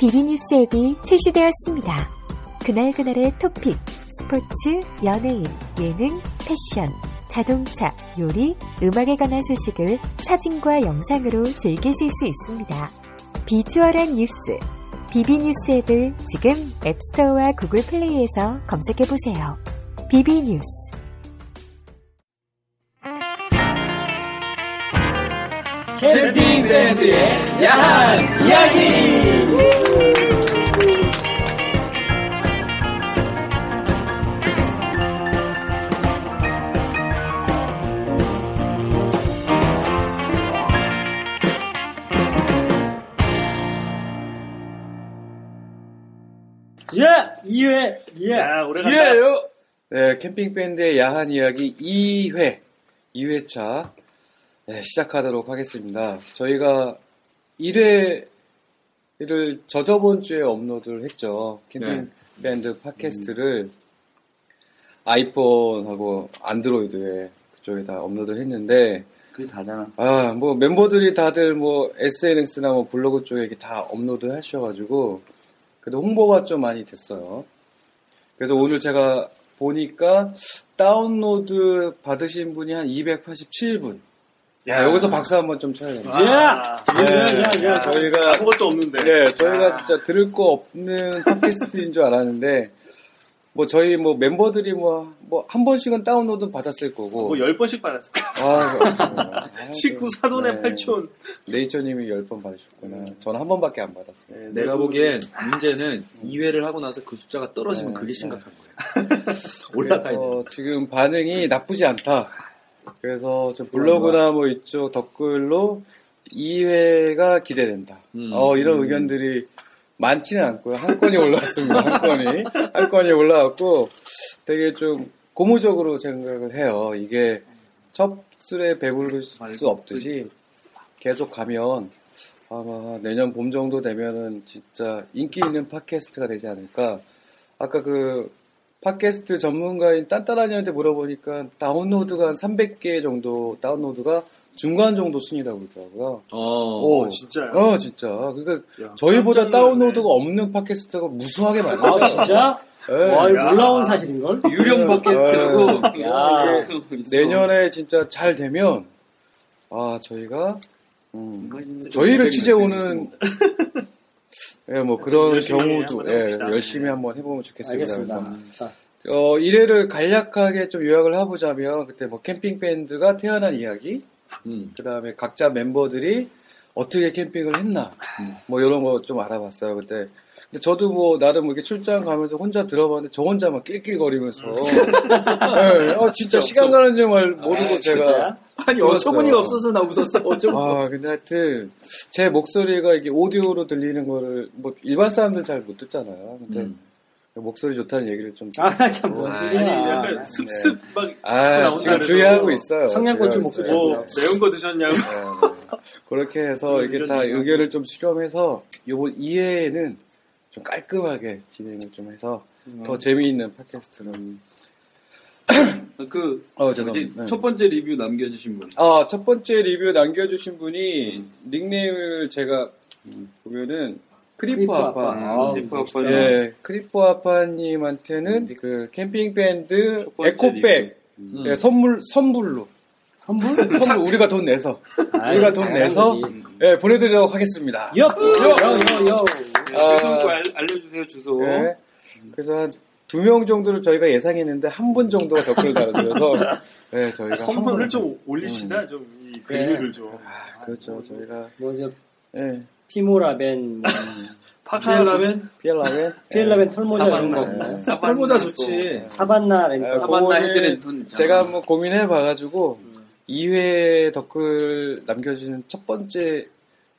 비비뉴스 앱이 출시되었습니다. 그날그날의 토픽, 스포츠, 연예인, 예능, 패션, 자동차, 요리, 음악에 관한 소식을 사진과 영상으로 즐기실 수 있습니다. 비주얼한 뉴스, 비비뉴스 앱을 지금 앱스토어와 구글 플레이에서 검색해보세요. 비비뉴스 캔디 밴드의 야한 이야기. 예, 이회, 예, 야, 오래간다. 예요. 네, 캠핑 밴드의 야한 이야기 2회, 2회차 네, 시작하도록 하겠습니다. 저희가 1회를 저저번 주에 업로드를 했죠. 네. 캠핑 밴드 팟캐스트를 아이폰하고 안드로이드에 그쪽에다 업로드를 했는데 그게 다잖아. 아, 뭐, 멤버들이 다들 뭐, SNS나 뭐, 블로그 쪽에 이렇게 다 업로드 하셔가지고, 그래도 홍보가 좀 많이 됐어요. 그래서 오늘 제가 보니까, 다운로드 받으신 분이 한 287분. 야, 여기서 박수 한번 좀 쳐야 됩니다. 아, 예, 예, 예, 예. 저희가, 아무것도 없는데. 네, 저희가 아. 진짜 들을 거 없는 팟캐스트인 줄 알았는데, 뭐, 저희 뭐, 멤버들이 뭐, 뭐, 한 번씩은 다운로드 받았을 거고. 뭐 10번씩 받았을 거야. 아, 그렇구나. 아, 19 사돈의 네. 팔촌 네이처님이 10번 받으셨구나. 저는 한 번밖에 안 받았어요. 네, 내가 보기엔 문제는 2회를 하고 나서 그 숫자가 떨어지면 네, 그게 심각한 거예요. 올라가야 네. 돼. 그래서 어, 지금 반응이 나쁘지 않다. 그래서 저 블로그나 뭐 이쪽 댓글로 2회가 기대된다. 음. 어, 이런 의견들이 많지는 않고요. 한 건이 올라왔습니다. 한 건이. 한 건이 올라왔고 되게 좀 고무적으로 생각을 해요. 이게 첩술에 배부를 수 없듯이 계속 가면 아마 내년 봄 정도 되면은 진짜 인기 있는 팟캐스트가 되지 않을까. 아까 그 팟캐스트 전문가인 딴따라니한테 물어보니까 다운로드가 한 300개 정도 다운로드가 중간 정도 순위라고 그러더라고요. 어, 오. 진짜요? 어, 진짜. 그러니까 야, 저희보다 깜짝 놀랐네. 다운로드가 없는 팟캐스트가 무수하게 많아요. 아 진짜? 예. 와 이거 야. 놀라운 사실인걸? 아, 유령 네. 팟캐스트라고. 아, 네. 야 내년에 진짜 잘 되면 아 저희가 저희를 취재오는 예, 뭐 그런 열심히 경우도 한번 예, 해봅시다. 열심히 한번 해보면 좋겠습니다. 알겠습니다. 그래서 어, 1회를 간략하게 좀 요약을 해보자면 그때 뭐 캠핑 밴드가 태어난 이야기, 음. 그다음에 각자 멤버들이 어떻게 캠핑을 했나, 뭐 이런 거 좀 알아봤어요 그때. 근데 저도 뭐 나름 이렇게 출장 가면서 혼자 들어봤는데 저 혼자만 낄낄거리면서, 예, 어, 진짜 시간 가는 줄 말 아, 모르고 제가. 아니, 좋았어요. 어처구니가 없어서 나 웃었어. 어쩌고. 아, 근데 하여튼, 제 목소리가 이게 오디오로 들리는 거를, 뭐, 일반 사람들 잘 못 듣잖아요. 근데, 음. 목소리 좋다는 얘기를 좀. 아참 뭔 아니, 이제 소리야? 약간 네. 습습 막, 아, 나온다 지금 그래서. 주의하고 있어요. 청양고추 주의하고 목소리. 있어요. 뭐, 매운 거 드셨냐고. 네, 네. 그렇게 해서 그런 이게 의견이 다 있었고. 의견을 좀 수렴해서, 요번 2회에는 좀 깔끔하게 진행을 좀 해서, 더 재미있는 팟캐스트로. 그, 어, 저기 죄송합니다. 첫 번째 리뷰 남겨주신 분. 아, 첫 번째 리뷰 남겨주신 분이 닉네임을 제가 보면은 크리퍼 크리퍼 아빠. 아빠. 네. 음, 아, 아빠는 음. 예, 크리퍼 아빠님한테는 그 캠핑 밴드 번째 에코백 음. 예, 선물 선불로 선물? 선물 우리가 돈 내서 아이, 우리가 돈 당연한 내서 거지. 예, 보내드리도록 하겠습니다. 요! 요! 요! 요! 네, 아. 주소 꼭 알- 알려주세요, 주소. 네. 예. 그래서 한 두 명 정도를 저희가 예상했는데 한 분 정도가 댓글을 달아드려서 예, 저희가 선물을 한 분- 좀 올립시다, 좀, 이 글류를 좀. 아, 그렇죠 저희가 뭐 이제 예, 피모라벤, 뭐 파피엘라면 피엘라멘 피엘라벤 털모자 이런 거 사반나. 없나요? 사보다 좋지. 사반나 렌트. 아, 네. 사반나 그거는 헤드랜 톤. 있잖아. 제가 한번 고민해 봐가지고 2회 댓글 남겨주신 첫 번째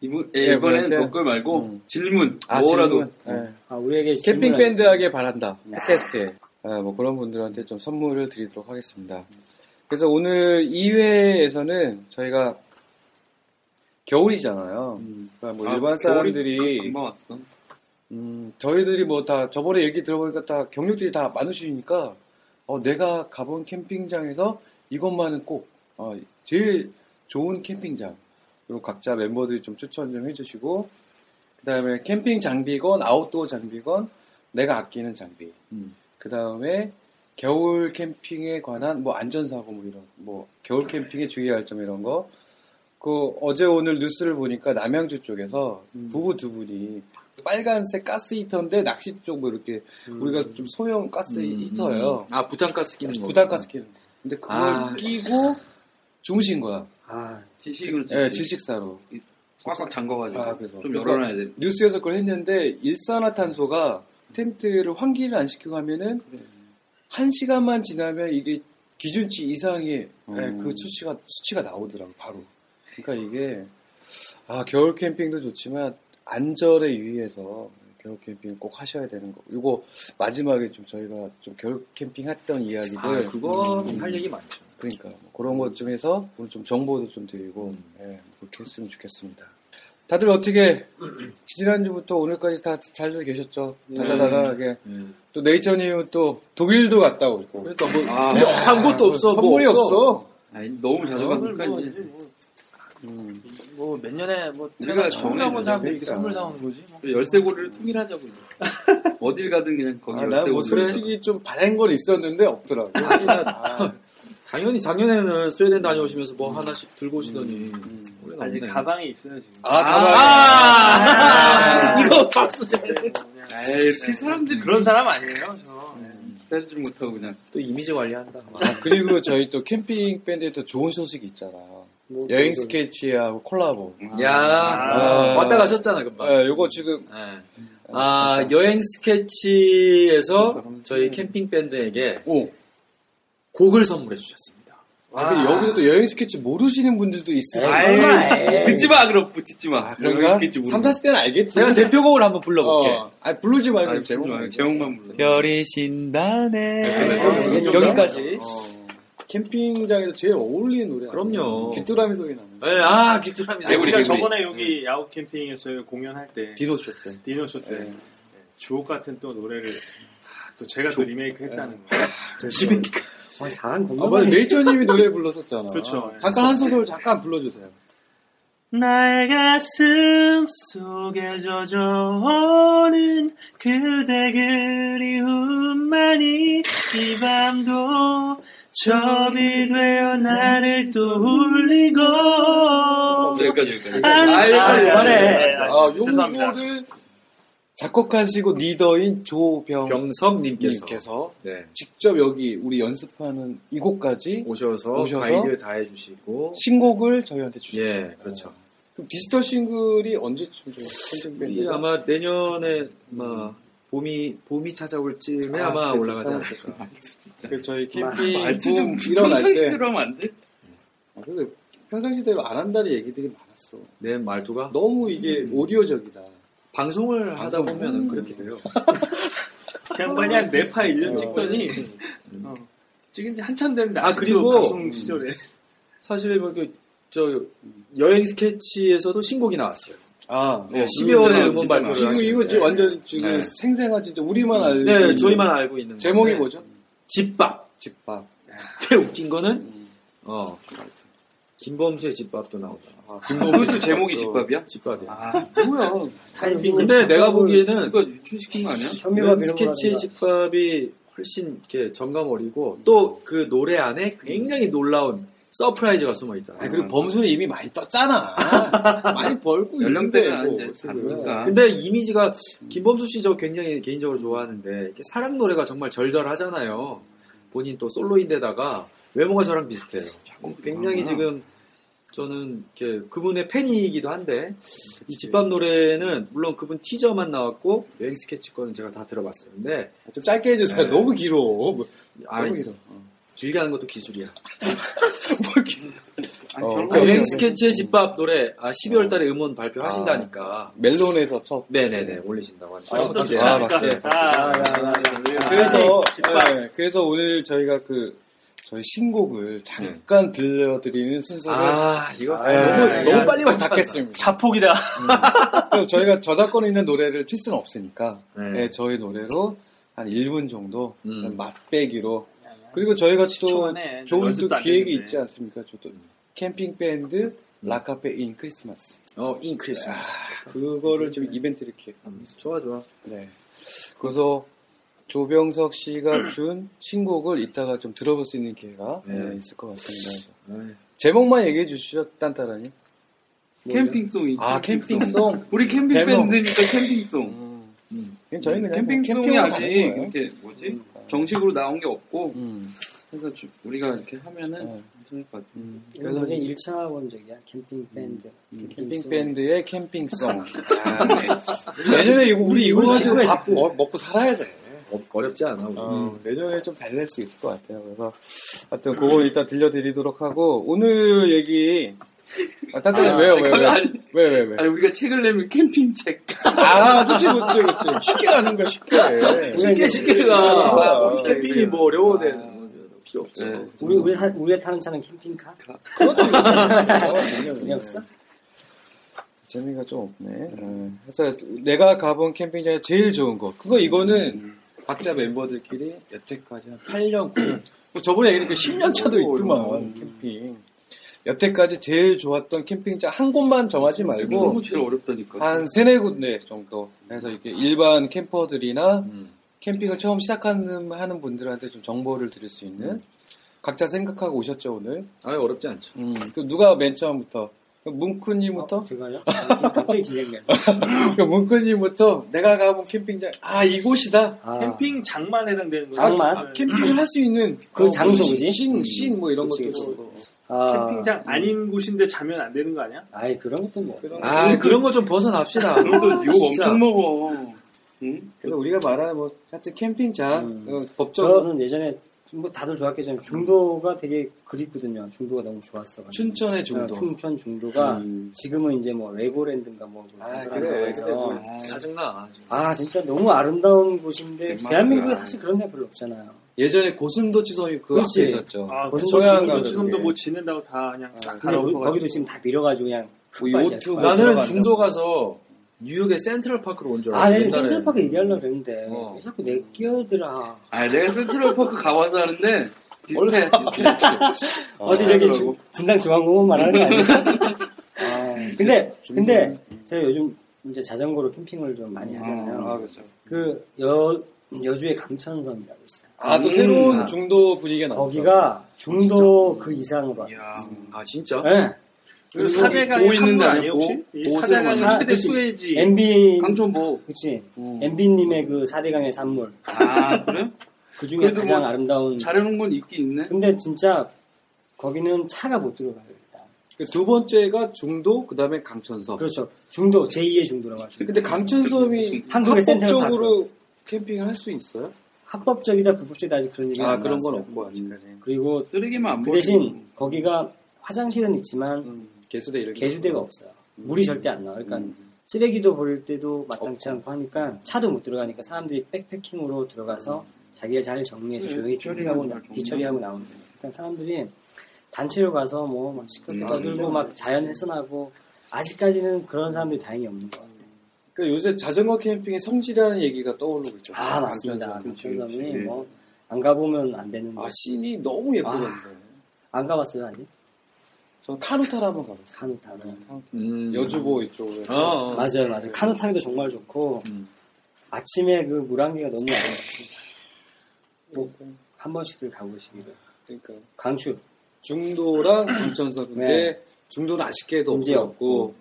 이번, 예, 에 이번에는 뭐한테? 댓글 말고 음. 질문. 네. 아, 뭐라도. 음. 질문. 예. 음. 아, 우리에게 캠핑 질문을 밴드하길 바란다. 팟캐스트에. 아, 뭐 그런 분들한테 좀 선물을 드리도록 하겠습니다. 그래서 오늘 2회에서는 저희가 겨울이잖아요. 그러니까 뭐 일반 사람들이 금방 왔어. 음, 저희들이 뭐 다 저번에 얘기 들어보니까 다 경력들이 다 많으시니까 어, 내가 가본 캠핑장에서 이것만은 꼭 어, 제일 좋은 캠핑장 그리고 각자 멤버들이 좀 추천 좀 해주시고 그 다음에 캠핑 장비건 아웃도어 장비건 내가 아끼는 장비 그 다음에 겨울 캠핑에 관한 뭐 안전사고 뭐 이런 뭐 겨울 캠핑에 주의할 점 이런 거 그 어제 오늘 뉴스를 보니까 남양주 쪽에서 부부 두 분이 빨간색 가스 히터인데 낚시 쪽뭐 이렇게 우리가 좀 소형 가스 히터예요. 아, 부탄가스 끼는 거. 부담가스 키는. 거. 네, 근데 그걸 아. 끼고 주무신 거야. 아, 지식을 예, 질식사로. 꽉꽉 잠궈가지고 아, 그래서. 좀 열어놔야 돼. 뉴스에서 그걸 했는데 일산화탄소가 텐트를 환기를 안 시키고 하면은 한 시간만 지나면 이게 기준치 이상의 음. 예, 그 수치가 수치가 나오더라고 바로. 그러니까 이게 아 겨울 캠핑도 좋지만 안전에 유의해서 겨울 캠핑 꼭 하셔야 되는 거. 이거 마지막에 좀 저희가 좀 겨울 캠핑 했던 이야기들 아, 그거 음, 할 얘기 많죠. 그러니까 뭐 그런 것 좀 해서 오늘 좀 정보도 좀 드리고 예, 그렇게 했으면 좋겠습니다. 다들 어떻게 지난주부터 오늘까지 다 잘 계셨죠? 네. 다자다다하게 또 네이처님은 또 독일도 갔다 오고 그러니까 뭐, 아, 한 것도 없어. 선물이 뭐 없어. 아니, 너무 자주 가니까 이제. 그러니까 음. 뭐 몇 년에 뭐 우리가 내가 처음 정해야 가본 사람들 되니까. 이렇게 선물 사오는 거지. 뭐. 열쇠고리를 통일하자고. 이제. 어딜 가든 그냥 거기 아, 열쇠고리. 아, 난뭐 솔직히 좀 바랜 건 있었는데 아, 없더라고. 당연히 작년에는 스웨덴 다녀오시면서 뭐 하나씩 들고 오시더니. 올해는 아직 없네. 가방에 있어요 지금. 아, 가방. 아, 이거 박수 쳐. 아, 에이, 이 사람들 그런 사람 아니에요 저. 기다리지 못하고 그냥. 또 이미지 관리한다. 아, 그리고 저희 또 캠핑 밴드에 또 좋은 소식이 있잖아. 어, 뭐, 여행 그건- 스케치하고 콜라보. 야, 어, 아. 왔다 가셨잖아, 금방. 예, 요거 지금 예. 아, 여행 스케치에서 저희 캠핑 밴드에게 오. 곡을 선물해 주셨습니다. 아, 근데 여기서 또 여행 스케치 모르시는 분들도 있어요. 듣지 마, 그럼 붙이지 마. 아, 그런가? 3, 40대는 알겠지. 내가 대표곡을 한번 불러볼게. 어. 아, 부르지 말고 아, 제목. 제목만 제목만 불러. 별이 어, 신다네. 어, 좀 여기까지. 캠핑장에서 제일 어울리는 노래. 아니에요? 그럼요. 귀뚜라미 소리 나는. 예, 아, 귀뚜라미. 아니, 우리가 개구리. 저번에 여기 야구 캠핑에서 공연할 때 디노쇼 때. 디노쇼 때 주옥 같은 또 노래를 아, 또 제가 또 리메이크 했다는 거. 아, 잘한 아, 맞아. 공감. 네이처님이 노래 불렀었잖아. 그렇죠. 잠깐 한 소절 잠깐 불러주세요. 날 가슴 속에 젖어오는 그대 그리움만이 이 밤도 접이 되어 나를 또 울리고 여기까지, 여기까지. 아, 아이고, 그만해. 아, 아, 죄송합니다. 요거를 작곡하시고 리더인 조병님께서 병석님께서 네, 직접 여기 우리 연습하는 이곳까지 오셔서, 오셔서 가이드 다 해주시고. 신곡을 저희한테 주세요. 예, 그렇죠. 그럼 디지털 싱글이 언제쯤 돼요? 캠핑 이게 밴드가? 아마 내년에 아마 봄이 봄이 찾아올 쯤에 아, 아마 그렇죠. 올라가지 않을까. 그 저희 캠핑 말투 좀 붐 일어날 때 평상시대로 하면 안 돼? 아, 근데 평상시대로 안 한다는 얘기들이 많았어. 내 네, 말투가 너무 이게 오디오적이다. 방송을 하다 방송. 보면은 그렇게 돼요. 그 양반이 한 네파 1년 찍더니 어, 찍은 지 한참 됐는데 아, 아직도 그리고- 방송 시절에 사실 뭐저 여행 스케치에서도 신곡이 나왔어요. 아, 네, 어. 12월에 진짜 음원 발표를 지금 하시는데. 이거 지금 완전 지금 네. 생생한 진짜 우리만 알고 네, 있는 음. 저희만 네. 알고 있는 제목이 건데. 뭐죠? 집밥. 집밥. 제일 웃긴 거는 어 김범수의 집밥도 나온다. 그것도 제목이 집밥이야? 집밥이야. 뭐야? 근데 내가 보기에는 누가 유출시킨 거 아니야? 현미밥 이런 스케치의 거라든가. 집밥이 훨씬 이렇게 정감 어리고 또 그 노래 안에 굉장히 놀라운 서프라이즈가 숨어 있다. 아, 그리고 범수는 이미 많이 떴잖아. 많이 벌고 연령대가 있는데, 이제 뭐 어떻게 그래. 다르니까. 근데 이미지가 김범수 씨 저 굉장히 개인적으로 좋아하는데 이렇게 사랑 노래가 정말 절절하잖아요. 본인 또 솔로인데다가 외모가 저랑 비슷해요. 굉장히 지금 저는 이렇게 그분의 팬이기도 한데 이 집밥 노래는 물론 그분 티저만 나왔고 여행 스케치 거는 제가 다 들어봤어요. 근데 좀 짧게 해주세요. 네. 너무 길어. 뭐, 아 너무 길어. 길게 하는 것도 기술이야. 아니, 어, 별로 그럼 없는데. 여행 스케치의 집밥 노래 아 12월 달에 음원 발표하신다니까. 멜론에서 첫. 네네네 올리신다고 하니까. 아, 기대. 아, 아, 맞아요. 예. 그래서 집밥. 예, 아, 그래서 오늘 저희가 그 저희 신곡을 잠깐 들려드리는 순서를 아, 이거 아, 너무 야. 너무 빨리 닫겠습니다. 자폭이다. 그래서 저희가 저작권 있는 노래를 틀 수는 없으니까 네. 예, 저희 노래로 한 1분 정도 음. 아, 맛배기로 그리고 저희가 또 10초 안에 좋은 또 연습도 안 기획이 되는데. 있지 않습니까? 저도 캠핑 밴드 라카페 인 크리스마스 아, 음. 어, 인크리스마스. 음, 그거를 좀 이벤트를 기획합니다. 좋아 좋아. 네. 그래서 조병석 씨가 준 신곡을 이따가 좀 들어볼 수 있는 기회가 음. 네. 네, 있을 것 같습니다. 네. 제목만 얘기해 주시죠, 딴따라니. 캠핑송이 아, 캠핑송? 우리 캠핑 제목. 밴드니까 캠핑송 그냥 저희는 그냥 캠핑송이 캠핑으로 아직 가는 거예요. 이렇게 뭐지 정식으로 나온 게 없고 음. 그래서 좀 우리가 이렇게 하면은 네. 괜찮을 것 같아요. 그래서 그래서 이제 1차 원적이야 캠핑 밴드. 캠핑 밴드의 캠핑송. 아, 네. 내년에 이거 우리 이거 가지고 찍어야지. 밥 먹- 먹고 살아야 돼. 어, 어렵지 않아. 음. 우리. 어, 내년에 좀 잘 낼 수 있을 것 같아요. 그래서 하여튼 그걸 일단 들려드리도록 하고 오늘 얘기 아, 딴따라 아, 왜요? 왜요? 아니, 왜요? 아니. 왜, 왜, 왜? 아니 우리가 책을 내면 캠핑 책 아, 그치, 그치, 그치. 쉽게 가는 거야, 쉽게. 쉽게 쉽게 가. 괜찮아. 아, 우리 그래, 캠핑이 뭐 어려워대. 필요 없어. 네. 우리 우리 하, 우리가 타는 차는 캠핑카. 그냥 없어? 재미가 좀 없네. 음, 그래서 내가 가본 캠핑장에 제일 좋은 거. 그거 음. 이거는 각자 멤버들끼리 여태까지 한 8년, 9년. 뭐 저번에 얘기했는데 10년 차도 음. 있더만, 캠핑. 여태까지 제일 좋았던 캠핑장 한 곳만 정하지 말고 음, 너무 제일 어렵다니까 한 세네 군데 정도. 그래서 이렇게 일반 캠퍼들이나 음. 캠핑을 처음 시작하는 하는 분들한테 좀 정보를 드릴 수 음. 있는 각자 생각하고 오셨죠 오늘. 아유 어렵지 않죠. 음, 그 누가 맨 처음부터 그 문크님부터 제가요? 아, 갑자기 긴장돼. 그 문크님부터 내가 가본 캠핑장 아 이곳이다. 아, 캠핑 장만 해당되는 거죠. 장만? 아, 캠핑을 할 수 있는 어, 그 장소, 그지? 씬씬 뭐 이런 그치, 것도 그치. 있고. 아, 캠핑장 아닌 곳인데 자면 안 되는 거 아니야? 아예 그런 것도 뭐. 아 그런 거 좀 벗어납시다. 아, 그래도 욕 진짜. 엄청 먹어 응? 그래서 우리가 말하는 뭐 하여튼 캠핑장 음. 어, 법적으로 저는 예전에 뭐 다들 좋았겠지만 중도가 되게 그립거든요. 중도가 너무 좋았어. 춘천의 중도. 음. 춘천 중도가 지금은 이제 뭐 레고랜드인가 뭐. 아, 그런 그래. 거라서. 근데 뭐 짜증나. 아 진짜 너무 아름다운 곳인데 웬만하면 대한민국에 그래. 사실 그런 데 별로 없잖아요. 예전에 고슴도치 섬이 그 그렇지. 앞에 있었죠. 아, 거기서 소양강 지금도 예. 그게. 뭐 짓는다고 다 그냥 싹 근데 갈아엎어. 거기, 거기도 지금 다 밀어가지고 그냥 뭐 흙밭이야, 요트 흙밭. 나는 들어간다고. 아, 중도 가서 뉴욕의 센트럴 파크로 온 줄 아, 알았어. 내 옛날에. 센트럴파크 얘기하려고 그랬는데 어. 왜 자꾸 내 끼어들아. 아 내가 센트럴파크 가봐서 하는데 비슷해 비슷해 어디 저기 주- 분당 중앙공원 말하는 거 아니야? 아, 근데 근데 제가 요즘 이제 자전거로 캠핑을 좀 많이 하잖아요. 아 그렇죠. 그 여 여주의 강천섬이라고 있어요. 아 음. 또 새로운 중도 분위기가 나왔죠. 거기가 중도 그 이상으로. 예. 아 진짜? 그뭐 사대강의 오 있는 산물 데 아니에요 아니고? 혹시? 이 오 사대강의 새로운 최대 아, 수혜지. MB 뭐. 강촌보 그치 MB 님의 그 사대강의 산물 아 그래? 그 중에 그래도 가장 뭐 아름다운. 잘해놓은 건 있긴 있네 근데 진짜 거기는 차가 못 들어가요. 일단. 그두 번째가 중도, 그 다음에 강천섬. 그렇죠. 중도 제2의 중도라고 하죠. 근데 강천섬이 그- 한국의 합법적으로 캠핑을 할 수 있어요? 합법적이다 불법적이다 아직 그런 얘기는 아 안 그런 건 나왔어요. 없고 아직까지. 그리고 쓰레기만 안 그 버리고 대신 거기가 화장실은 있지만 그 음, 개수대 이렇게. 개수대가 없어요. 물이 절대 안 나와. 그러니까 쓰레기도 버릴 때도 마땅치 않고 하니까 차도 못 들어가니까 사람들이 백패킹으로 들어가서 자기가 잘 정리해서 조용히 처리하고 네, 나- 뒤처리하고 나오는 거예요. 그러니까 사람들이 단체로 가서 뭐 막 시끄럽게 떠들고 막 자연 훼손하고 아직까지는 그런 사람들이 다행히 없는 것 같아요. 그러니까 요새 자전거 캠핑의 성지라는 얘기가 떠오르고 있죠. 아 맞습니다. 강천섬. 강천섬이 뭐 안 가보면 안 되는 아 씬이 너무 예쁘던데. 아, 안 가봤어요 아직? 저는 카누타를 한번 가봤어요. 카누 타는 음. 여주보 이쪽으로. 해서. 어, 어. 맞아요 맞아요 카누 타기도 정말 좋고 아침에 그 물안개가 너무 아름답습니다 한 번씩들 가보시기를 그러니까 강추 중도랑 강천섬인데 네. 중도는 아쉽게도 문제 없었고.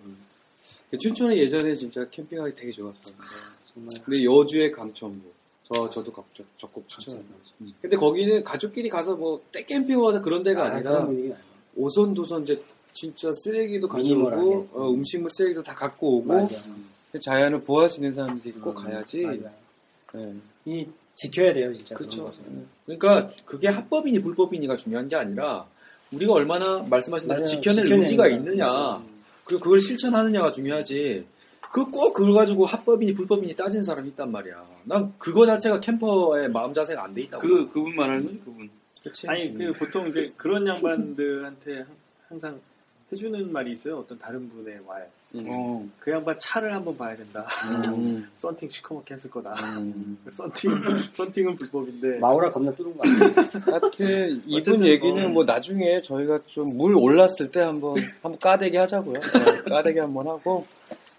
춘천은 예전에 진짜 캠핑하기 되게 좋았었는데. 정말 근데 여주의 강천부. 저, 저도 각- 적- 적극 추천합니다. 근데 거기는 가족끼리 가서 뭐, 떼캠핑하다 그런 데가 아, 아, 니라 그런 분위기가 아니에요. 오선도선 이제 진짜 쓰레기도 가져오고, 미니멀하게. 어, 음식물 쓰레기도 다 갖고 오고, 맞아요 음, 자연을 보호할 수 있는 사람들이 꼭 가야지. 맞아요 예. 네. 이 지켜야 돼요 진짜 그런 그쵸. 것은 그러니까 그게 합법이니 불법이니가 중요한 게 아니라 우리가 얼마나 말씀하신 대로 맞아요. 지켜낼 지켜내는 그렇죠. 의지가 거야. 있느냐 음. 그리고 그걸 실천하느냐가 중요하지 그 꼭 그걸 가지고 합법이니 불법이니 따지는 사람이 있단 말이야 난 그거 자체가 캠퍼의 마음 자세가 안 돼 있다고 그 그분 말하는 거지 그분. 그치? 아니 음. 그 보통 이제 그런 양반들한테 항- 항상 해주는 말이 있어요. 어떤 다른 분의 말. 음. 어. 그 양반 차를 한번 봐야 된다. 음. 썬팅 시커멓게 했을 거다. 음. 썬팅 썬팅은 불법인데. 마오라 겁나 뚫은 거 아니야? 하여튼 이분 어쨌든, 얘기는 어. 뭐 나중에 저희가 좀 물 올랐을 때 한번 한번 까대기 하자고요. 네, 까대기 한번 하고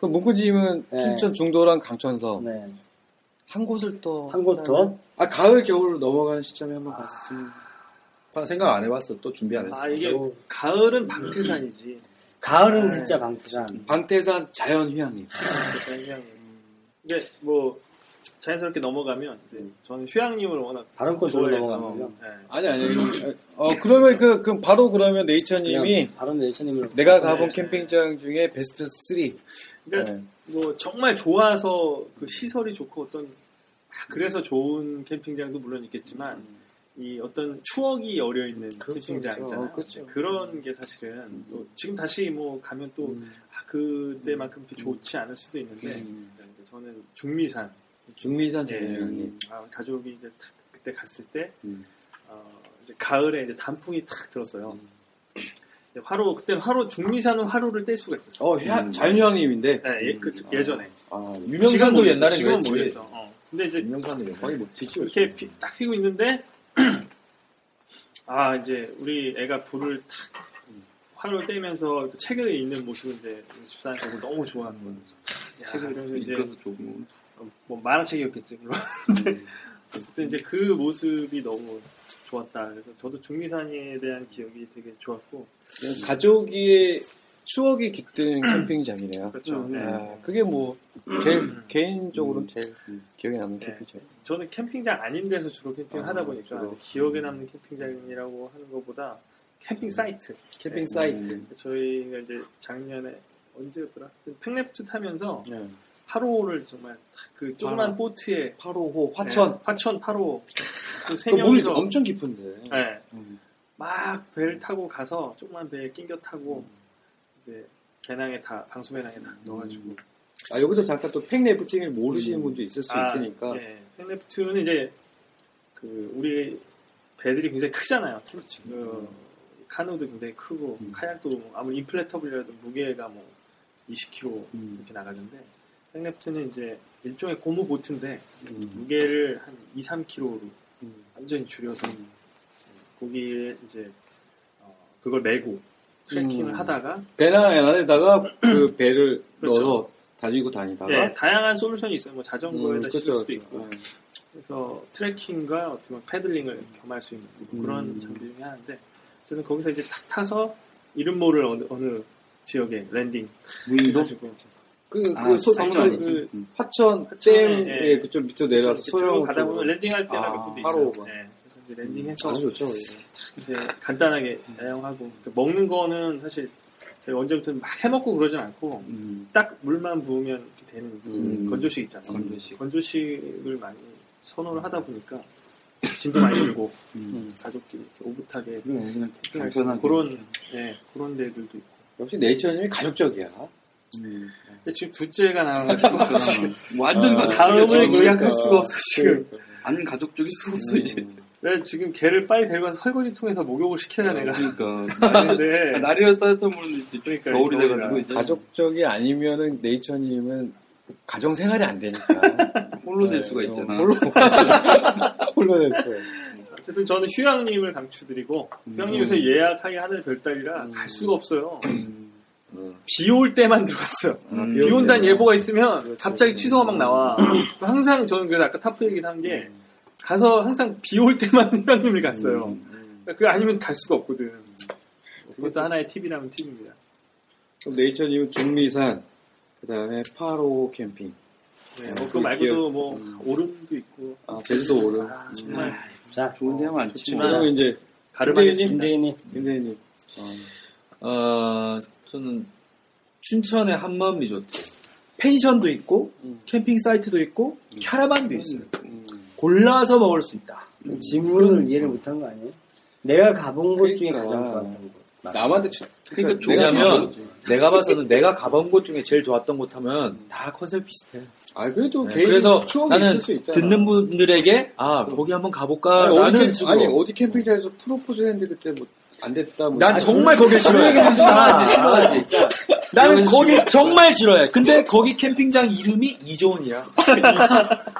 그 문구지임은 네. 춘천 중도랑 강천섬 네. 한 곳을 또 한 곳 더. 아 가을 겨울로 넘어가는 시점에 한번 봤으면 아, 생각 안 해봤어 또 준비 안 했어 아 이게 오. 가을은 방태산이지. 가을은 네. 진짜 방태산. 방태산 자연휴양림. 그냥 근데 뭐 자연스럽게 넘어가면 이제 저는 휴양님을 워낙 발언권으로 좋아해서 음. 넘어가면요. 네. 아니 아니. 어 그러면 그 그럼 바로 그러면 네이처님이 발언 내처님을 내가 가본 네. 캠핑장 중에 베스트 네. 3. 그러니까 뭐 정말 좋아서 그 시설이 좋고 어떤 아, 그래서 좋은 캠핑장도 물론 있겠지만 음. 이 어떤 추억이 어려 있는 그렇죠, 캠핑장이잖아요. 그런게 음. 사실은 또 지금 다시 뭐 가면 또 아, 그때만큼 음. 또 좋지 않을 수도 있는데 네, 저는 중미산 중미산 네. 자연휴양림. 아, 가족이 이제 탁 그때 갔을 때 음. 어, 이제 가을에 이제 단풍이 탁 들었어요. 근데 화로 그때 화로 중미산은 화로를 뗄 수가 있었어. 어 휴양- 음. 자연휴양림인데 네, 예, 그, 예전에 아, 유명산도 지금은 옛날엔 지금은 그랬지. 모르겠어. 어. 근데 이제 유명산도 옛날에 거의 못 뛰지. 이렇게 피- 딱 피고 있는데 아 이제 우리 애가 불을 탁 화로를 떼면서 그 책을 읽는 모습을 이제 우리 집사람이 보고 너무 좋아하는 거예요. 책을 읽으면서 이제 이끌어서 그 조금 어, 뭐 만화책이었겠지. 물론. 음, 근데 어쨌든 이제 그 모습이 너무 좋았다. 그래서 저도 중미산에 대한 기억이 되게 좋았고 가족이 추억이 깃든 캠핑장이네요. 그렇죠. 네. 음. 아, 그게 뭐 제일 개인적으로는 제일 기억에 남는 네. 캠핑장. 저는 캠핑장 아닌 데서 주로 캠핑을 아, 하다 보니까 주로. 음. 기억에 남는 캠핑장이라고 하는 것보다 캠핑 사이트 캠핑 네. 사이트. 저희가 이제 작년에 언제였더라? 그 팽랩트 타면서 네. 8호를 정말 그 조그만 아. 보트에 8호호 화천. 네, 화천 8호 그세 그 물이 명이서 엄청 깊은데. 네, 음. 막 배를 타고 가서 조그만 배에 낑겨 타고 이제 배낭에 다 방수 배낭에 다 넣어가지고 아 여기서 잠깐 또 팽레프팅을 모르시는 분도 있을 수 아, 있으니까. 예. 팬랩트는 이제 그 우리 배들이 굉장히 크잖아요. 그렇지. 카누도 굉장히 크고 음. 카약도 뭐 아무리 인플레터블이라도 무게가 뭐 20kg 음. 이렇게 나가는데 팬랩트는 이제 일종의 고무 보트인데 음. 무게를 한 2, 3kg로 완전히 줄여서 거기에 이제 어, 그걸 메고 트레킹을 음. 하다가 배낭 안에다가 그 배를 그렇죠. 넣어서 다니고 다니다가. 예, 다양한 솔루션이 있어요. 뭐 아. 자전거에다 음, 실 그렇죠, 수도 있고 그렇죠. 예. 그래서 트레킹과 어떻게 보면 패들링을 겸할 수 있는 뭐 그런 음. 장비 중에 하나인데 저는 거기서 이제 탁 타서 이름 모를 어느, 어느 지역에 랜딩 무인도. 해가지고 그그 아, 소 사이트 방송 네. 아니지. 음. 그 화천 댐 화천에, 예, 예. 그쪽 밑으로 내려서 이렇게 소형 들고 가다 보면 쪽으로. 랜딩할 때가 아, 몇 군데 바로 있어요. 오고. 음. 예, 그래서 이제 랜딩해서 아주 좋죠. 이제 간단하게 애용하고 그러니까 먹는 거는 사실 제가 언제부터 막 해먹고 그러진 않고 음. 딱 물만 부으면 이렇게 되는 그 음. 건조식 있잖아요. 건조식. 을 많이 선호를 하다 보니까 짐도 많이 들고 음. 가족끼리 이렇게 오붓하게 그냥 할수 있는 그런 예 그런 데들도 있고 역시 네이처님이 가족적이야. 음. 근데 지금 둘째가 나와가지고 지금 뭐 완전 아, 다음을 그렇죠. 기약할 수가 없어 지금 안 가족적일 수 없어 이제. 네. 내가 지금 걔를 빨리 데리고 가서 설거지 통해서 목욕을 시켜야 내가 그러니까 근데 날이라 따뜻한 물은 이제 네. 그러니까, 겨울이 겨울이라. 돼가지고 이제 가족적이 아니면은 네이처님은 가정 생활이 안 되니까 홀로 될 수가 있잖아. 네, 홀로 홀로 됐어요. 어쨌든 저는 휴양님을 강추드리고 휴양님 요새 예약하기 하늘 별따기라 갈 수가 없어요 비 올 때만 들어갔어요 음. 비 온다는 예보가 있으면 갑자기 취소가 막 나와 항상 저는 그래서 아까 타프 얘기를 한 게 가서 항상 비 올 때만 휴양님을 갔어요 음. 그 아니면 갈 수가 없거든. 그것도 하나의 팁이라면 팁입니다. 그럼 네이처님은 중미산 그다음에 파로 캠핑 네, 음, 그뭐 그거 말고도 기억. 뭐 오름도 있고 아, 제주도 오름 아, 음. 자, 좋은 데가 그리고 많지만 이제 가르마겠습니다. 김대인이 김대희님 아, 네, 저는 춘천의 한마음 리조트. 펜션도 있고, 음. 캠핑 사이트도 있고, 캐러반도 있어요. 골라서 먹을 수 있다. 질문을 이해를 그 못한 거 아니에요? 내가 가본 곳 중에 그러니까. 가장 좋았던 곳. 남한테 주, 그러니까 그러니까 왜냐면 좋은 내가 봐서는 내가 가본 곳 중에 제일 좋았던 곳 하면 다 컨셉 비슷해. 음. 아, 그래도 네, 개인 그래서 추억이 나는 있을 수 있잖아. 듣는 분들에게 아 거기 한번 가볼까 아니, 어디 라는 캠, 아니, 식으로. 어디 캠핑장에서 프로포즈 했는데 그때 뭐 안 됐다. 뭐 난 이런 정말 거길 싫어해. 싫어하지 싫어하지 아, 진짜. 나는 거기 정말 싫어해. 근데 거기 캠핑장 이름이 이조은이야.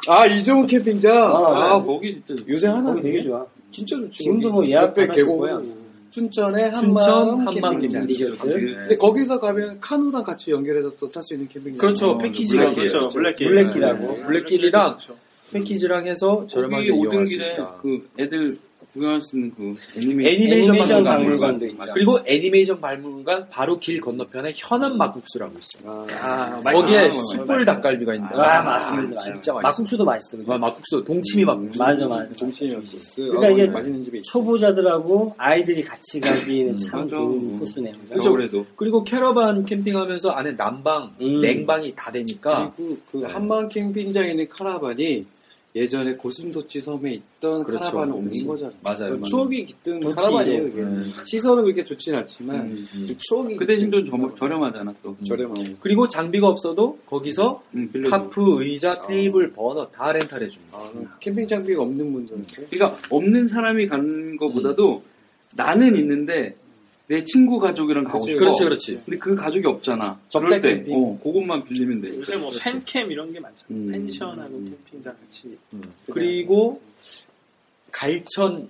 아 이종훈 캠핑장. 아, 아, 네. 거기 진짜 요새 하나 거기 되게 좋아. 진짜 좋지. 지금도 뭐 예약 옆에 받았을 계곡 거야. 춘천의 춘천 한마음 한마음 캠핑장. 네, 리조트. 근데 거기서 가면 카누랑 같이 연결해서 또 탈 수 있는 캠핑장. 그렇죠. 패키지가 물론 있어요. 그렇죠. 물레길. 물레길하고. 네, 네. 물레길이랑 그렇죠. 패키지랑 해서 저렴하게 저렴하게 이용할 오던 수 길에 있다. 그 애들 구경할 수 있는 그 애니메이션 애니메이션, 애니메이션 박물관도 박물관도 있고 있죠. 그리고 애니메이션 박물관 바로 길 건너편에 음. 현암 막국수라고 있어요. 아, 거기에 맛있어. 숯불 닭갈비가 있는데. 아, 맞습니다. 진짜 맛있어. 막국수도 맛있어. 그죠? 아, 음, 와, 막국수, 음, 동치미 막국수. 아, 맞아, 맞아. 있어요. 그러니까 이게 맛있는 집이 있어. 초보자들하고 아이들이 같이 가기에는 참 맞아. 좋은 음. 코스네요. 그죠? 그죠? 겨울에도 그리고 캐러반 캠핑하면서 안에 난방, 음. 냉방이 다 되니까 그리고 그 한마음 캠핑장에 있는 카라반이 예전에 고슴도치 섬에 있던 그렇죠. 카라반을 그렇죠. 옮긴 거잖아. 맞아요. 그 추억이 깃든 그렇지. 카라반이에요. 그게. 음. 시설은 그렇게 좋진 않지만 네. 그 추억이 그 대신 좀 저렴, 저렴하잖아 또 저렴하고 그리고 장비가 없어도 거기서 응, 빌려줘. 음. 카프, 의자, 테이블, 버너 다 렌탈해 줍니다. 아. 캠핑 장비가 없는 분들한테 아, 네. 그러니까 없는 사람이 가는 것보다도 음. 나는 있는데 내 친구 가족이랑 가고 싶어 아, 그렇지, 그렇지. 근데 그 가족이 없잖아 접대 그럴 때 캠핑. 어, 그것만 빌리면 돼 그렇죠. 요새 뭐 팬캠 이런 게 많잖아. 음. 펜션하고 캠핑장 같이. 음. 네. 그리고 갈천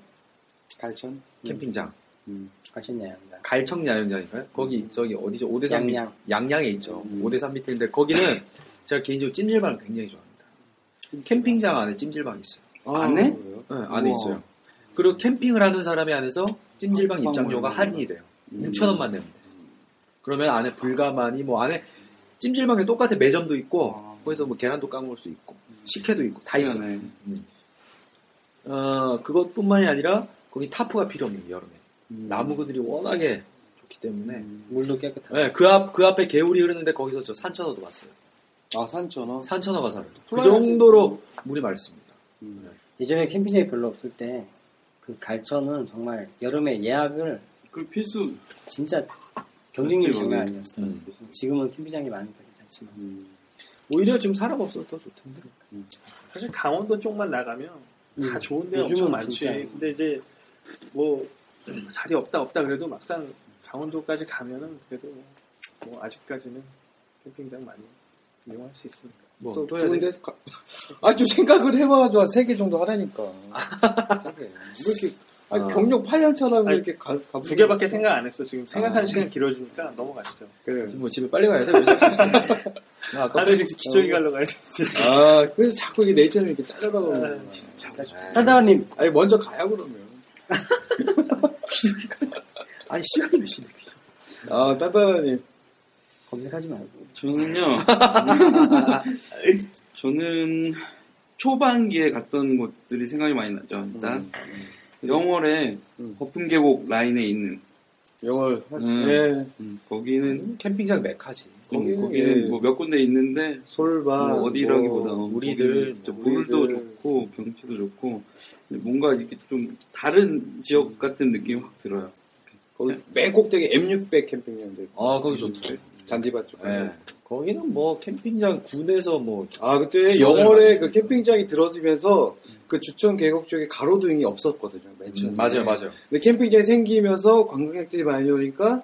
갈천 캠핑장, 가셨네요. 그러니까. 갈청 야영장인가요? 거기 음. 저기 어디죠? 오대산 밑, 양양. 양양에 있죠. 오대산 밑에 있는데 거기는 제가 개인적으로 찜질방을 굉장히 좋아합니다. 캠핑장 안에 찜질방이 있어요. 아, 안에? 그래요? 네, 안에 있어요. 그리고 캠핑을 하는 사람이 안에서 찜질방 입장료가 할인이 돼요. 6천 원만 내면 돼요. 그러면 안에 불가마니 뭐 안에 찜질방에 똑같아 매점도 있고 거기서 뭐 계란도 까먹을 수 있고 식혜도 아, 있고 다 있어요. 희한해. 어, 그것뿐만이 아니라 거기 타프가 필요 없는 게 여름에 나무 그늘이 워낙에 좋기 때문에 음, 물도 깨끗하고. 네, 그 앞, 그 앞에 개울이 흐르는데 거기서 저 산천어도 봤어요. 아 산천어 산천어가 살아요. 그 플라이어스. 정도로 물이 맑습니다. 예전에 캠핑장이 별로 없을 때 그 갈천은 정말 여름에 예약을 그 필수 진짜 경쟁률이 그치, 장난 거기. 아니었어요. 음. 그래서 지금은 캠핑장이 많으니까 괜찮지만. 오히려 지금 사람 없어서 더 좋던데. 사실 강원도 쪽만 나가면 다 음. 좋은 데 요즘은 엄청 많지. 진짜. 근데 이제 뭐 자리 없다 없다 그래도 막상 강원도까지 가면은 그래도 뭐 아직까지는 캠핑장 많이 이용할 수 있으니까. 뭐, 또 또 해야 돼. 좋은데 아좀 생각을 해봐가지고 한 세 개 정도 하라니까 세개 뭐 이렇게 아니, 아. 경력 8년 차라고 아니, 이렇게 가, 가 두 개밖에 생각 안 했어. 지금 생각하는 시간 길어지니까 넘어가시죠. 그래. 뭐 집에 빨리 가야 돼. 나 아까 다들 지금 기저귀 갈러 가야 돼. 아 그래서 자꾸 이게 내일처럼 이렇게 잘려가고 따다님 아니 먼저 가야 그러면 아니 시간이 몇 시인데 그죠? 아 따따라님 검색하지 말고. 저는요 저는 초반기에 갔던 곳들이 생각이 많이 나죠 일단 음. 영월에 거품 계곡 라인에 있는 영월 음. 예 음, 거기는 캠핑장 메카지. 거기- 거기, 거기는 예. 뭐몇 군데 있는데 아, 솔바 뭐 어디라기보다 뭐, 우리들 진짜 물도 우리들. 좋고 경치도 좋고 뭔가 이렇게 좀 다른 지역 같은 느낌이 확 들어요. 거기 맨 꼭대기 M600 캠핑장도 있고 아 거기 좋더래. 음, 잔디밭 쪽. 네. 거기는 뭐 캠핑장 군에서 뭐 아 그때 지원을 영월에 많이 그 캠핑장이 들어지면서 그 주천 계곡 쪽에 가로등이 없었거든요. 맨 처음에. 근데 캠핑장이 생기면서 관광객들이 많이 오니까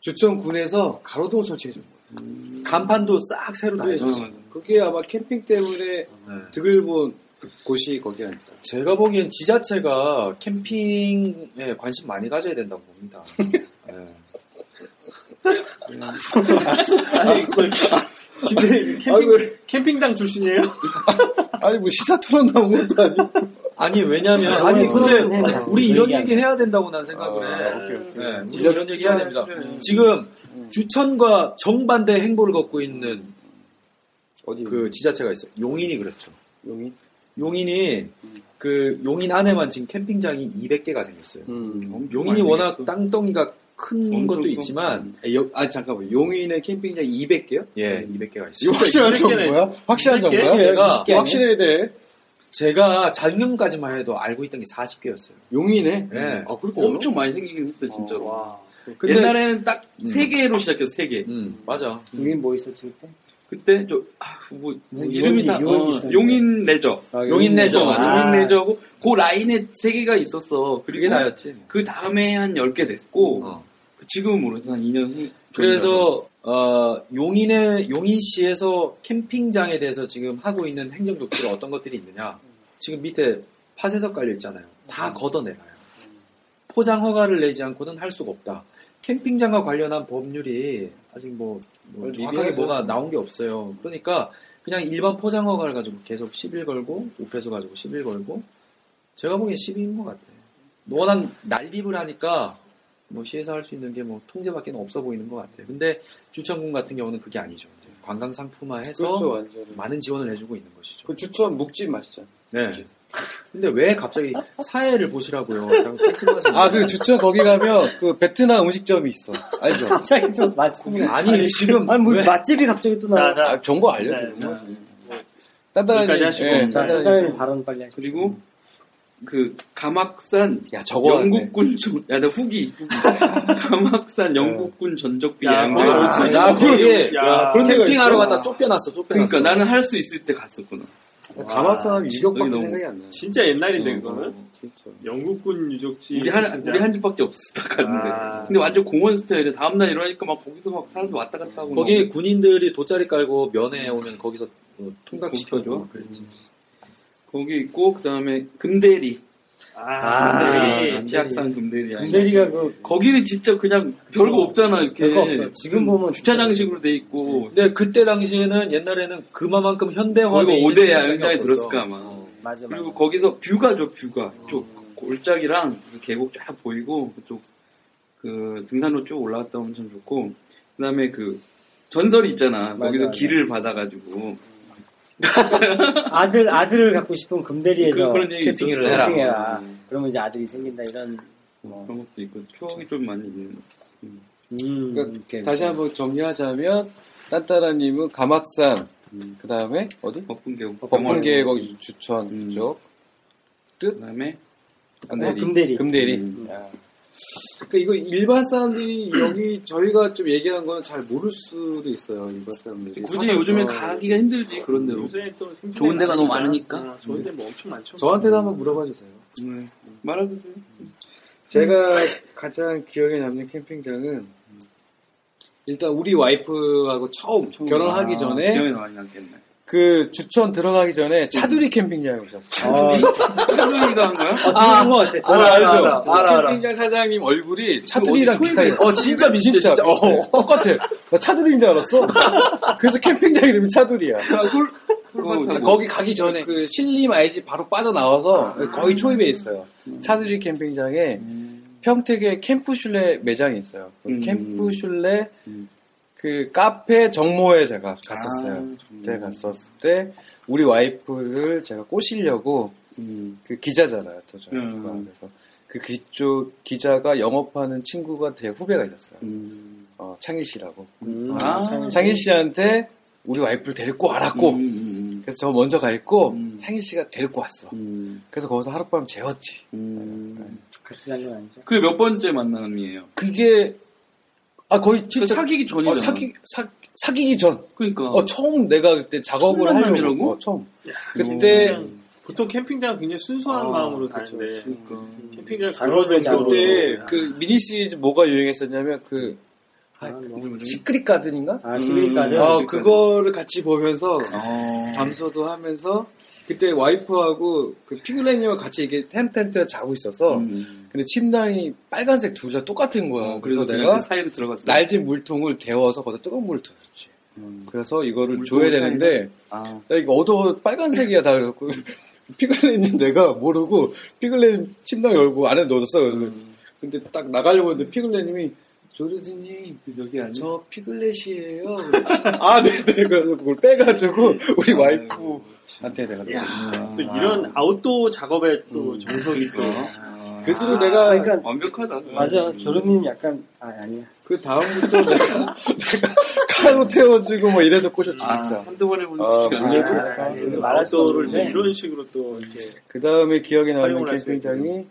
주천군에서 가로등 설치해준 거예요. 음. 간판도 싹 새로 다 네. 해줬어. 그게 아마 캠핑 때문에 네. 득을 본 곳이 거기 아닐까. 제가 보기엔 지자체가 캠핑에 관심 많이 가져야 된다고 봅니다. 네. 근데 아이고. 캠핑, 캠핑장 출신이에요? 아니 뭐 시사 토론 나온 것도 아니고. 아니 왜냐면 아, 아니 저는 근데 그건 해요. 우리 이런 얘기하는 얘기 해야 된다고 난 생각을 아. 해. 오케이, 오케이. 네, 우리 이런 얘기 해야 됩니다. 네. 지금 주천과 정반대 행보를 걷고 있는 어디 그 그 지자체가 있어요. 용인이 그렇죠. 용인? 용인이 그 용인 안에만 지금 캠핑장이 200개가 생겼어요. 음. 용인이 많이 워낙 생겼어. 땅덩이가 큰 엄청 것도 커. 있지만 아, 여- 아 잠깐만 용인의 캠핑장 200개요? 예 200개가 있어요. 이거 확실한 이백 개네. 정보야? 확실한 이백 개? 정보야? 제가 확실해야 돼. 제가 작년까지만 해도 알고 있던 게 40개였어요. 용이네. 네. 아, 그렇게 엄청 많이 생기긴 했어요, 진짜로. 와. 근데- 옛날에는 딱 세 개로 시작했어, 세 개. 음, 맞아. 이게 뭐 있었지 그때? 그때 저 아, 뭐, 네, 뭐 용인지, 이름이 다 용인지 어, 있었는데. 용인 레저. 아, 용인 레저. 어, 맞아. 아. 용인 레저고 그 라인에 세 개가 있었어. 그게 그리고 나였지. 그 다음에 한 10개 됐고 어. 그 지금은 모르겠어. 한 2년 후. 그래서 어, 용인의 용인시에서 캠핑장에 대해서 지금 하고 있는 행정 조치가 어떤 것들이 있느냐? 지금 밑에 팥에서 깔려 있잖아요. 다 음. 걷어내놔요. 포장 허가를 내지 않고는 할 수가 없다. 캠핑장과 관련한 법률이 아직 뭐, 뭐 정확하게 미비하죠. 뭐가 나온 게 없어요. 그러니까 그냥 일반 포장 허가를 가지고 계속 10일 걸고 우패소 가지고 10일 걸고 제가 보기엔 10일인 것 같아요. 워낙 난립을 하니까 뭐 시에서 할 수 있는 게 뭐 통제밖에 없어 보이는 것 같아요. 근데 주천군 같은 경우는 그게 아니죠. 이제 관광 상품화해서 그렇죠, 완전히. 많은 지원을 해주고 있는 것이죠. 그 주천 묵집 맛있잖아. 네. 근데 왜 갑자기 사회를 보시라고요? 그냥 생뚱맞은 아, 그리고 주천 거기 가면 그 베트남 음식점이 있어. 알죠? 갑자기 또 아, 맛집이 아니, 지금 아니 뭐 왜- 맛집이 갑자기 또 자, 나와. 자. 아, 정보 알려. 네, 자. 단단한 여기까지 하시고. 자, 일단은 발언 빨리 하시죠. 그리고 그 감악산 야, 저거 영국군 전, 야, 나 후기. 후기. 네. 감악산 영국군 전적비 야, 양대. 그거 아, 어떻게 나 그게 야, 그런 데가 캠핑하러 있어. 갔다 쫓겨났어, 쫓겨났어. 그러니까 나는 할 수 있을 때 갔었구나. 가마사람 유격밖에 여기 너무- 생각이 안 나. 진짜 옛날인데 그거는 진짜. 영국군 유적지 어. 우리 한 그냥- 우리 한 집밖에 없었어 다 갔는데. 아. 근데 완전 공원 스타일이 다음 날 일어나니까 막 거기서 막 사람들 왔다 갔다 하고. 거기 군인들이 돗자리 깔고 면회 오면 거기서 어, 통닭 거기 시켜줘. 켜줘? 막 그랬지. 음. 막 거기 있고 그다음에 금대리. 아, 금대리. 아, 지악산 금대리. 아니야. 군대리가 그 거기는 진짜 그냥 어. 별거 없잖아 이렇게. 별거 없어. 지금 보면 주차장식으로 돼 있고 근데 그때 당시에는 옛날에는 그만큼 현대화가 거의 5대 야영장이 들었을까 아마. 네, 맞아 맞아. 그리고 거기서 뷰가죠 뷰가 쪽 골짜기랑 그 계곡 쫙 보이고 그쪽 그 등산로 쭉 올라갔다 오면 참 좋고 그다음에 그 전설이 있잖아 맞아, 거기서 맞아. 길을 받아가지고 아들 아들을 갖고 싶은 금대리에서 그- 그런 얘기 캠핑을 있었어요. 음. 해라. 해라. 그러면 이제 아들이 생긴다 이런. 뭐. 그런 것도 있고 추억이 좀 많이 있는 음, 그러니까 이렇게. 다시 한번 정리하자면 딴따라님은 가막산 그 다음에 어디 벚분계곡 법문계 거기 주천 그쪽 그다음에 음. 어, 금대리. 금대리 음. 야. 그러니까 이거 일반 사람들이 여기 저희가 좀 얘기한 거는 잘 모를 수도 있어요 일반 사람들이 굳이 사실- 요즘에 어, 가기가 힘들지 그런 데로 요새 또 생긴 좋은 데가 너무 많으니까. 많으니까. 아, 좋은 데 뭐 엄청 많죠 저한테도 한번 물어봐 주세요. 네. 말해보세요 제가 가장 기억에 남는 캠핑장은 일단 우리 와이프하고 처음, 아, 결혼하기 전에 아, 기억이 많이 남겠네 그 주천 들어가기 전에 차두리 캠핑장에 오셨어요. 아, 차준이가 한 거야? 아, 그런 것 같아. 알아, 알죠? 알아, 알아, 알아. 캠핑장 사장님 얼굴이 차두리랑 비슷해요. 어, 진짜 비슷해, 진짜. 어, 똑같아. 나 차두리인 줄 알았어. 그래서 캠핑장 이름이 차두리야. 솔 어, 솔밭하고 거기 가기 전에 아. 그 신림 알지 바로 빠져나와서 거의 초입에 있어요. 차두리 캠핑장에 음. 평택에 캠프슐레 매장이 있어요. 그 음. 캠프슐레 그 카페 정모에 제가 갔었어요. 아, 그때 갔었을 때 우리 와이프를 제가 꼬시려고 그 기자잖아요, 또 저희 음. 와이프가. 그래서 그 기쪽 기자가 영업하는 친구가 제 후배가 있었어요. 음. 어, 창희 씨라고. 음, 아, 참. 창희 씨한테 우리 와이프를 데리고 와라고. 음, 음, 그래서 저 먼저 가 있고 음. 창희 씨가 데리고 왔어. 음, 그래서 거기서 하룻밤 재웠지. 음. 같이 살건 아니죠. 그게 몇 번째 만남이에요? 그게 아 거의 그 진짜 사귀기 어, 전이잖아. 사기 사, 사귀기 전. 그러니까. 어, 처음 내가 그때 작업을 첫 하려고 만남이라고? 음. 어, 처음. 그때 그냥 보통 캠핑장은 굉장히 순수한 아, 마음으로 그렇죠. 가는데 그러니까. 캠핑장 작업을 작업을. 그때 그 미니 시리즈 뭐가 유행했었냐면 그 아, 뭐. 시크릿 가든인가? 아 시그니까 네, 아, 음, 시크릿 그거를 같이 보면서 어. 밤서도 하면서 그때 와이프하고 그 피글레님하고 같이 이게 텐텐트에 자고 있었어. 음. 근데 침낭이 빨간색 둘 다 똑같은 거야. 어, 그래서 그래서 내가 내가 사이로 들어갔어. 날진 물통을 데워서 거기다 뜨거운 물을 두었지. 음. 그래서 이거를 물통을 줘야 되는데 아. 나 이거 어두워 빨간색이야 다 그래갖고 피글레님 내가 모르고 피글레님 침낭 열고 안에 넣어줬어. 그래서 근데 딱 나가려고 했는데 피글레님이 조르드님 여기 아니야? 저 피글렛이에요. 아, 네네. 그래서 그걸 빼가지고 우리 와이프한테 내가. 또 이런 아웃도어 작업에 또 정석이 또 그대로 내가 아, 그러니까 완벽하다. 음. 맞아 조르님 약간 아 아니야. 그 다음부터 내가, 내가 차로 태워주고 뭐 이래서 꼬셨죠 아, 진짜. 한두 번 해본 아, 적이 음. 물론 아니라 그렇다. 또 네, 말할 수 말소를 뭐 없는데. 이런 식으로 또 이렇게 그 다음에 기억에 남는 활용을 할수 캠핑장이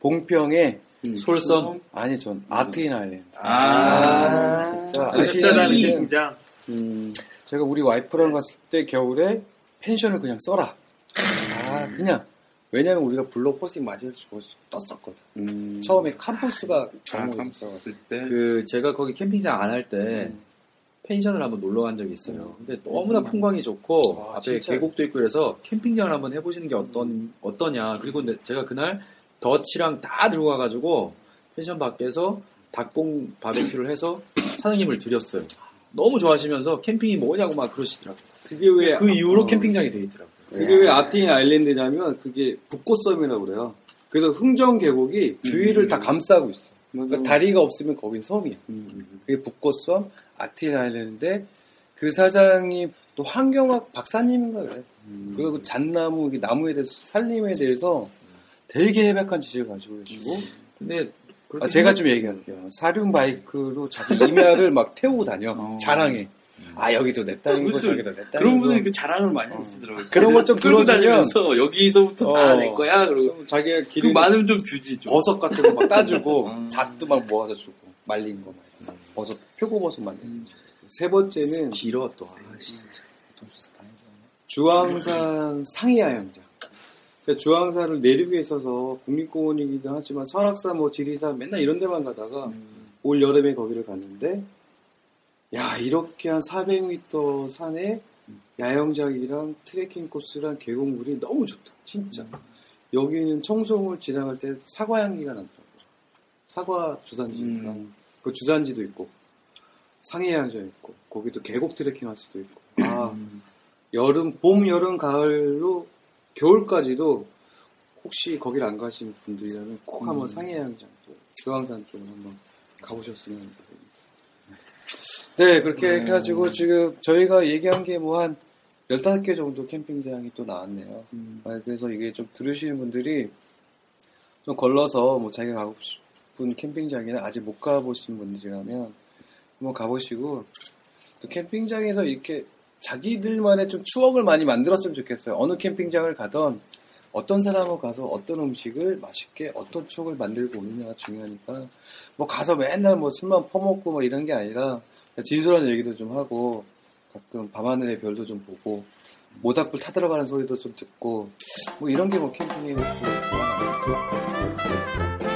봉평의 음. 솔섬. 아니 전 아트인 아일랜드. 아, 진짜 그 아트인 햇사람이 아일랜드. 굉장히 음, 제가 우리 와이프랑 갔을 때 겨울에 펜션을 그냥 써라. 아 그냥 왜냐면 우리가 블록 호스팅 맞이해서 떴었거든. 음. 처음에 캄푸스가 아, 정말 깜짝 놀랐을 때. 음. 그 제가 거기 캠핑장 안 할 때 펜션을 한번 놀러 간 적이 있어요. 근데 너무나 풍광이 좋고 아, 앞에 진짜. 계곡도 있고 그래서 캠핑장을 한번 해보시는 게 어떤 어떠냐. 그리고 근데 제가 그날 덫이랑 다 들고 가가지고 펜션 밖에서 닭봉 바베큐를 해서 사장님을 드렸어요. 너무 좋아하시면서 캠핑이 뭐냐고 막 그러시더라고요. 그게 왜 어. 그 이후로 캠핑장이 돼 있더라고요. 그게 왜 아트인 아일랜드냐면 그게 북고섬이라고 그래요. 그래서 흥정 계곡이 주위를 다 감싸고 있어. 그러니까 다리가 없으면 거긴 섬이야. 그게 북고섬 아트인 아일랜드인데 그 사장이 또 환경학 박사님인가 그래. 그리고 그 잣나무 이게 나무에 대해서 살림에 대해서 되게 해박한 지식을 가지고 계시고 근데 아, 제가 좀 얘기할게요. 사륜 바이크로 자기 임야를 막 태우고 다녀. 자랑해. 아 여기도 내 땅이고 저기도 내 땅이고. 그런 분들이 그 자랑을 많이 하시더라고요. 뭐 어. 그런 것좀 끌고 들어주면- 다니면서 여기서부터 어. 다내 거야. 그러고 자기가 그 길을 마늘 좀 주지 좀. 그 버섯 같은 거 막 따주고 잣도 막 모아서 주고 말린 거 막. 어. 음. 버섯 표고버섯 말린 거. 세 번째는 음. 길어 또. 아, 진짜. 주황산 상해야영장. 그러니까 주황산을 내륙에 있어서 국립공원이기도 하지만 설악산, 뭐 지리산 맨날 이런 데만 가다가 올 여름에 거기를 갔는데 야 이렇게 한 400m 산에 야영장이랑 트레킹 코스랑 계곡물이 너무 좋다 진짜 여기는 청송을 지나갈 때 사과 향기가 난다고 사과 주산지니까 그 주산지도 있고 상해 야영장 있고 거기도 계곡 트레킹 할 수도 있고 아 여름 봄 여름 가을로 겨울까지도 혹시 거길 안 가신 분들이라면 꼭 한번 상해 야영장 쪽 주황산 쪽을 한번 가보셨으면 좋겠습니다. 네, 그렇게 해가지고 지금 저희가 얘기한 게 뭐 한 15개 정도 캠핑장이 또 나왔네요. 아, 그래서 이게 좀 들으시는 분들이 좀 걸러서 뭐 자기가 가고 싶은 캠핑장이나 아직 못 가보신 분들이라면 한번 가보시고 또 캠핑장에서 이렇게 자기들만의 좀 추억을 많이 만들었으면 좋겠어요. 어느 캠핑장을 가던 어떤 사람하고 가서 어떤 음식을 맛있게 어떤 추억을 만들고 오느냐가 중요하니까 뭐 가서 맨날 뭐 술만 퍼먹고 뭐 이런 게 아니라 진솔한 얘기도 좀 하고 가끔 밤하늘의 별도 좀 보고 모닥불 타들어가는 소리도 좀 듣고 뭐 이런 게 뭐 캠핑의 그 좋아하는 것 같아요.